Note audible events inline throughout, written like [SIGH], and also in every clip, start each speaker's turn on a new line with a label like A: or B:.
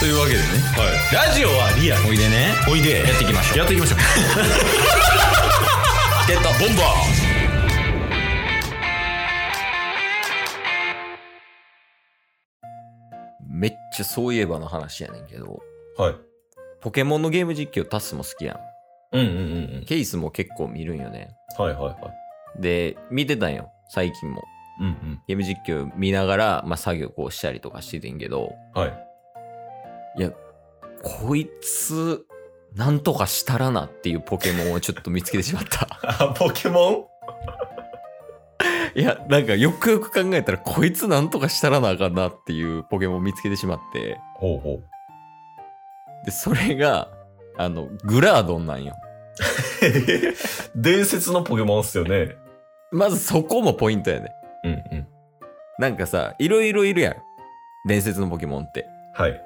A: というわけでね
B: はい。ラジオはリアル。
A: おいでね
B: おいで。
A: やっていきましょう
B: やっていきましょう。
A: [LAUGHS] ゲットボンバーめっちゃそういえばの話やねんけど
B: はい。
A: ポケモンのゲーム実況タスも好きやん
B: うんうんうん
A: ケイスも結構見るんよね
B: うん。はいはいはい。
A: で見てたんよ最近も
B: うんうん。
A: ゲーム実況見ながら、まあ、作業こうしたりとかしててんけど
B: はい。
A: いやこいつなんとかしたらなっていうポケモンをちょっと見つけてしまった [LAUGHS]
B: あ、ポケモ
A: いやなんかよくよく考えたらこいつなんとかしたらなあかんなっていうポケモンを見つけてしまって
B: ンほうほう。
A: でそれがあのグラードンなんよ
B: [LAUGHS] 伝説のポケモンっすよね。
A: まずそこもポイントやね
B: うんうん。
A: なんかさいろいろいるやん伝説のポケモンって
B: はい。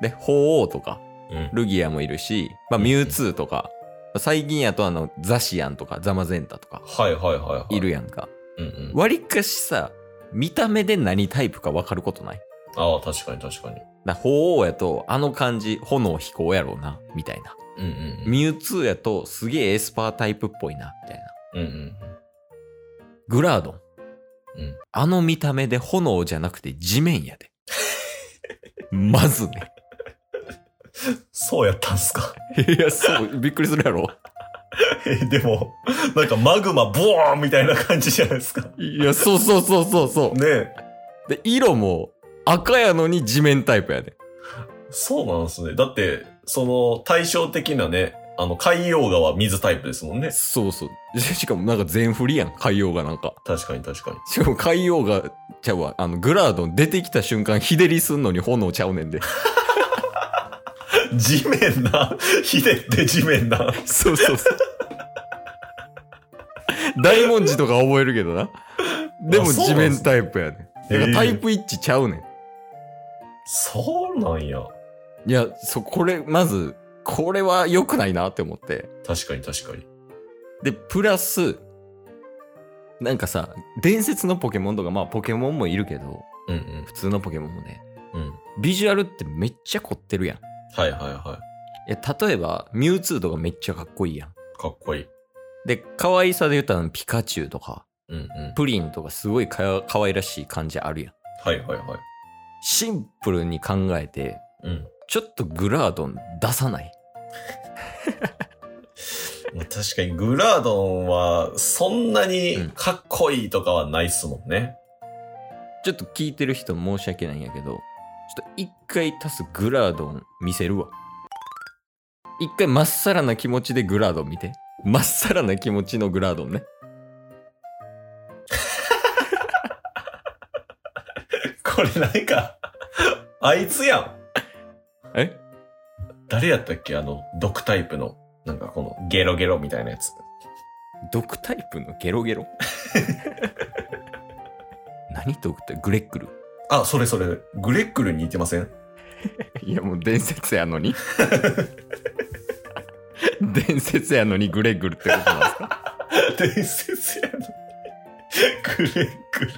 A: で鳳凰とか
B: うん。
A: ルギアもいるし、まあ、ミュウツーとか、最近やとあのザシアンとかザマゼンタとか
B: はいはいはいはい。
A: いるやんか
B: うんうん。
A: わりかしさ見た目で何タイプか分かることない
B: ああ、確かに確かに。
A: な鳳凰やとあの感じ炎飛行やろうなみたいな
B: うんうん。
A: ミュウツーやとすげえエスパータイプっぽいなみたいな
B: うんうん。
A: グラードン
B: うん。
A: あの見た目で炎じゃなくて地面やで [LAUGHS] まずね
B: そうやったんすか。 [LAUGHS]
A: いやそうびっくりするやろ
B: え、でも、なんかマグマボーンみたいな感じじゃないですか。ね
A: いやそうそうそうそうそう
B: え。
A: で、色も赤やのに地面タイプやで。
B: そうなんですね。だって、その対照的なね、あの、海洋画は水タイプですもんね。
A: そうそう。ししかもなんか全振りやん、海洋がなんか。
B: 確かに確かに。
A: しかも海洋がちゃうわ、あの、グラードン出てきた瞬間、日照りすんのに炎ちゃうねん
B: [LAUGHS]
A: で。
B: 地面な。ひでって地面な。
A: そうそうそう。 [LAUGHS] 大文字とか覚えるけどな。でも
B: あそう
A: 地
B: なん
A: 面
B: すね
A: タイプやねん。だからタイプ一致ちゃうねん。
B: そうなんや。
A: いや、そ、これ、まず、これは良くないなって思って。
B: 確かに確かに。
A: で、プラス、なんかさ、伝説のポケモンとか、まあポケモンもいるけど、
B: うんうん
A: 普通のポケモンもね、。
B: うん。
A: ビジュアルってめっちゃ凝ってるやん。い
B: はいはいは
A: や、例えば、ミュウツーとかめっちゃかっこいいやん。
B: い。かっこいい。
A: で、可愛さで言ったらピカチュウとか、
B: うんうん。
A: プリンとかすごいか可愛らしい感じあるやん。
B: はいはいはい。
A: シンプルに考えて、
B: うん。
A: ちょっとグラードン出さない。
B: まあ確かにグラードンは、そんなにかっこいいとかはないっすもんね。
A: ちょっと聞いてる人申し訳ないんやけど、ちょっと一回足すグラードン見せるわ。一回まっさらな気持ちでグラードン見て。まっさらな気持ちのグラードンね。
B: これなんか、 [LAUGHS] あいつやん。
A: え
B: 誰やったっけあの、毒タイプの、なんかこの、ゲロゲロみたいなやつ。
A: 毒タイプのゲロゲロ何毒ってグレックル
B: あ、それそれ、グレックルに似てません
A: いやもう伝説やのに伝説やのにグレッグルってことなんですか
B: 伝説やのに。グレックル。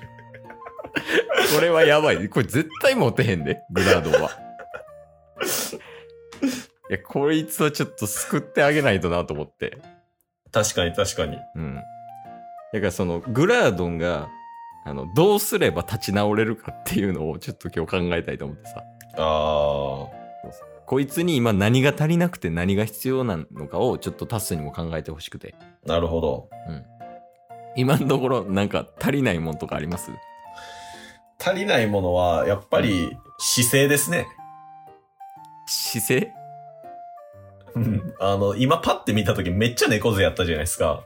A: これはやばいこれ絶対モテへんでグラードンはいやこいつはちょっと救ってあげないとなと思って
B: 確かに確かに。
A: うんだからそのグラードンがあのどうすれば立ち直れるかっていうのをちょっと今日考えたいと思ってさ
B: あ
A: こいつに今何が足りなくて何が必要なのかをちょっとタスにも考えてほしくて。
B: ー、なるほど。
A: 今のところなんか足りないもんとかあります
B: 足りないものは、やっぱり、姿勢ですね。
A: 姿勢
B: あの、今パッて見た時めっちゃ猫背やったじゃないですか。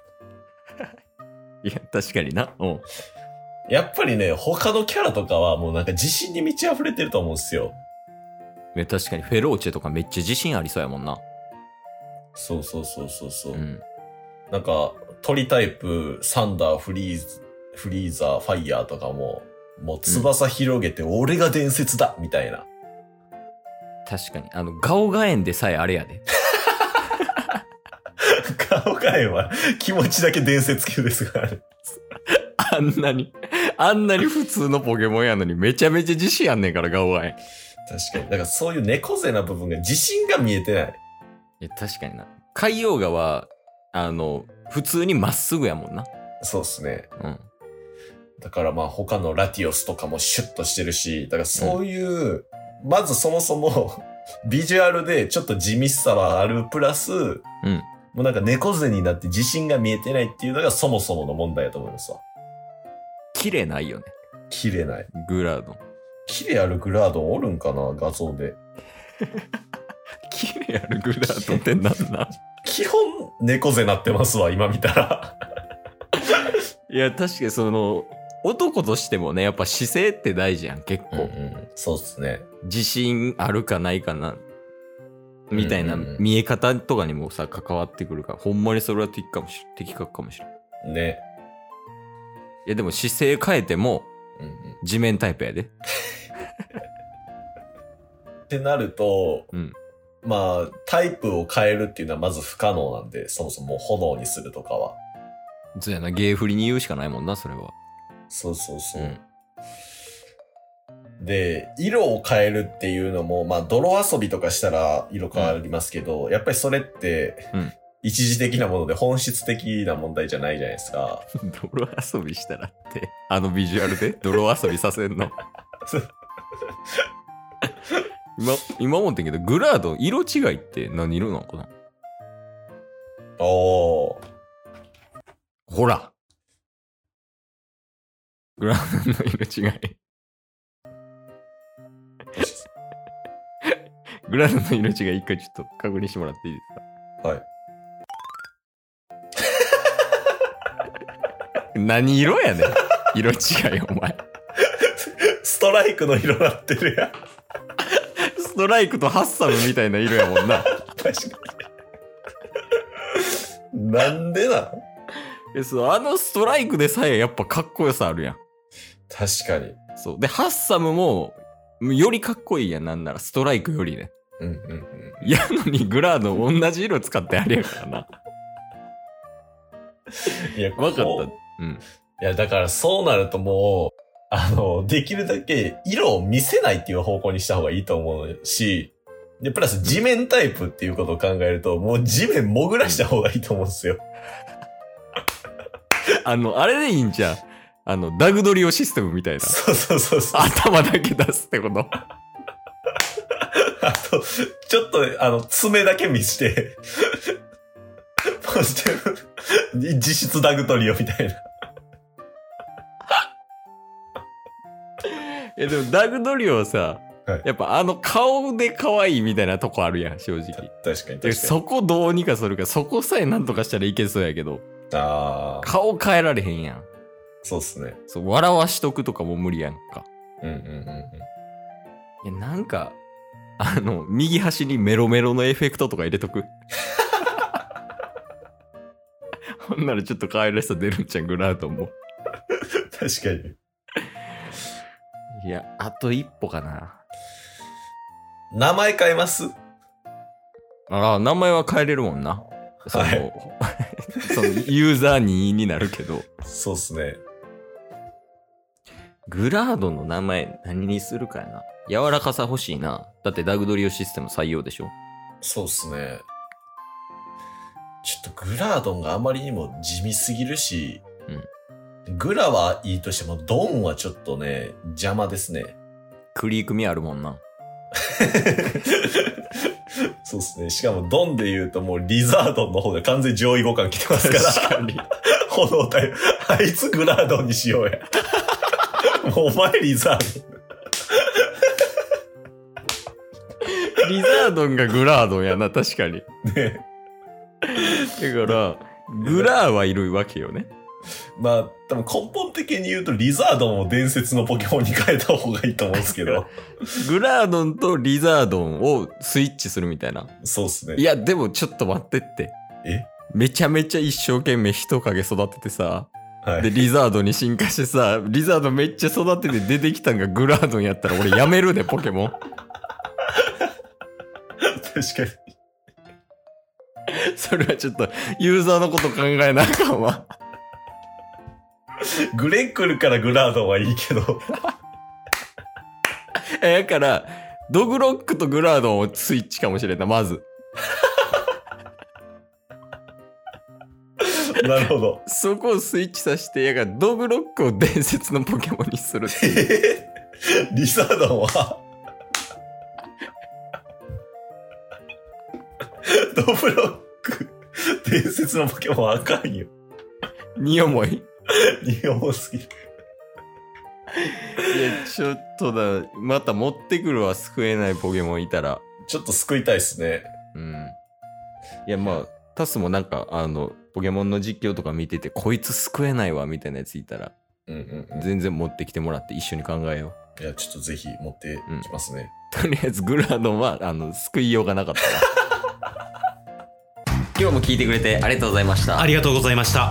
A: いや、確かにな。うん。
B: やっぱりね、他のキャラとかはもうなんか自信に満ち溢れてると思うんですよ。
A: いや確かにフェローチェとかめっちゃ自信ありそうやもんな。
B: そうそうそうそうそう。
A: うん。
B: なんか、鳥タイプ、サンダー、フリーズ、フリーザー、ファイヤーとかも、もう翼広げて、俺が伝説だみたいな。
A: 確かに。あの、ガオガエンでさえあれやで。 [LAUGHS]
B: 顔変えは、気持ちだけ伝説級ですからね。
A: あんなに、あんなに普通のポケモンやのにめちゃめちゃ自信あんねんから、ガオガエン。
B: 確かに。だからそういう猫背な部分が自信が見えてない。
A: いや確かにな海洋画はあの普通にまっすぐやもんな
B: そうっすね。
A: うん
B: だからまあ他のラティオスとかもシュッとしてるし、だからそういう、まずそもそもビジュアルでちょっと地味さはあるプラス、
A: う
B: も
A: ん
B: うなんか猫背になって自信が見えてないっていうのがそもそもの問題だと思いますわ。
A: 綺麗ないよね
B: 切れない。
A: グラドン
B: 切れあるグラードンおるんかな画像で。
A: 綺麗あるグラドンってなんなん [LAUGHS]
B: 基本猫背なってますわ、今見たら。
A: いや確かにその男としてもねやっぱ姿勢って大事やん結構、
B: そうっすね。
A: 自信あるかないかなみたいな
B: うんうんうん
A: 見え方とかにもさ関わってくるからほんまにそれは的かもし的確かもしれない
B: ね。
A: いやでも姿勢変えても
B: うんうん
A: 地面タイプやで
B: ってなると、
A: うん
B: まあ、タイプを変えるっていうのはまず不可能なんで、そもそも炎にするとかは。
A: そうやな芸振りに言うしかないもんなそれは
B: そうそうそうう。
A: ん
B: で、色を変えるっていうのも、まあ、泥遊びとかしたら色変わりますけど、やっぱりそれって、
A: うん
B: 一時的なもので本質的な問題じゃないじゃないですか。
A: [LAUGHS] 泥遊びしたらってあのビジュアルで泥遊びさせん
B: [LAUGHS]
A: の今今思ってんけどグラード色違いって何色なのかな
B: おー。
A: ほらグラードの色違いグラードの色違い一回ちょっと確認してもらっていいです
B: はい。 [LAUGHS]
A: か何色やねん [LAUGHS] 色違いお前
B: ストライクの色なってるやん。 [LAUGHS]
A: ストライクとハッサムみたいな色やもんな
B: 確かに。なんでなの
A: [LAUGHS] えそうあのストライクでさえやっぱかっこよさあるやん
B: 確かに。
A: そう。で、ハッサムも、よりかっこいいやん、なんなら、ストライクより [LAUGHS] ね。
B: うんうんうん。
A: やのに、グラード同じ色使ってあれやからな。
B: いや、
A: わかっ
B: こう
A: た。うん。
B: いや、だからそうなるともう、あの、できるだけ色を見せないっていう方向にした方がいいと思うし、で、プラス地面タイプっていうことを考えると、もう地面潜らした方がいいと思うんですよ。
A: あの、あれでいいんじゃん。あの、ダグドリオシステムみたいな。
B: そうそうそうそう。
A: 頭だけ出すってこと。
B: あと、ちょっと、あの、爪だけ見して、 [LAUGHS] ポジティブ、実質ダグトリオみたいな。
A: え、でも、ダグドリオはさ、
B: はい
A: やっぱあの顔で可愛いみたいなとこあるやん、正直。
B: 確かに確か
A: で
B: に。
A: そこどうにかするか、そこさえなんとかしたらいけそうやけど、
B: あー
A: 顔変えられへんやん。
B: そうっすね。
A: そう、笑わしとくとかも無理やんか。
B: うんうんうんうん。
A: いや、なんか、あの、右端にメロメロのエフェクトとか入れとく。 [LAUGHS] ほんならちょっと可愛らしさ出るんちゃうグラードも。
B: 確かに。
A: いや、あと一歩かな。
B: 名前変えます
A: ああ、名前は変えれるもんな。その、
B: は
A: [LAUGHS] そのユーザーにになるけど。
B: そうっすね。
A: グラードの名前何にするかやな。柔らかさ欲しいな。だってダグドリオシステム採用でしょ
B: そうっすね。ちょっとグラードンがあまりにも地味すぎるし、グラはいいとしても、ドンはちょっとね、邪魔で
A: [LAUGHS]
B: すね。
A: クリークミあるもんな。
B: そうっすね。しかもドンで言うともうリザードンの方で完全に上位互換来てますから。
A: 確かに。
B: 炎タイプ。あいつグラードンにしようや。もうお前リザー
A: [LAUGHS] リザードンがグラードンやな、確かに。
B: ドンね。
A: だから、グラーはいるわけよね。
B: まあ、多分根本的に言うとリザードンを伝説のポケモンに変えた方がいいと思うんですけど。
A: グラードンとリザードンをスイッチするみたいな。
B: そうっすね
A: い。や、でもちょっと待ってって。
B: え
A: めちゃめちゃ一生懸命人影育ててさ。
B: はい。
A: で、リザードンに進化してさ、リザードンめっちゃ育てて出てきたんがグラードンやったら俺やめるで、ポケモン。 [LAUGHS]
B: 確かに。
A: それはちょっと、ユーザーのこと考えなあかんわ。 [LAUGHS]
B: グレックルからグラードンはいいけど。
A: えだから、ドグロックとグラードンをスイッチかもしれんな、まず。
B: なるほど。
A: そこをスイッチさせて、やがドグロックを伝説のポケモンにするって
B: え
A: いう [LAUGHS]
B: ーリサードンはドブロック伝説のポケモンあかんよ。
A: に思い。
B: 日本すぎる。
A: いや、ちょっとだ、また持ってくるわ、救えないポケモンいたら。
B: ちょっと救いたいっすね。
A: うん。いや、まあ、タスもなんか、あの、ポケモンの実況とか見てて、こいつ救えないわ、みたいなやついたら、
B: うんうんう
A: 全然持ってきてもらって一緒に考えよう。 [LAUGHS]
B: ん。いや、ちょっとぜひ持ってきますね。
A: とりあえずグラドンはあの救いようがなかったわ [LAUGHS] 今日も聞いてくれてありがとうございました
C: ありがとうございました。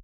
C: す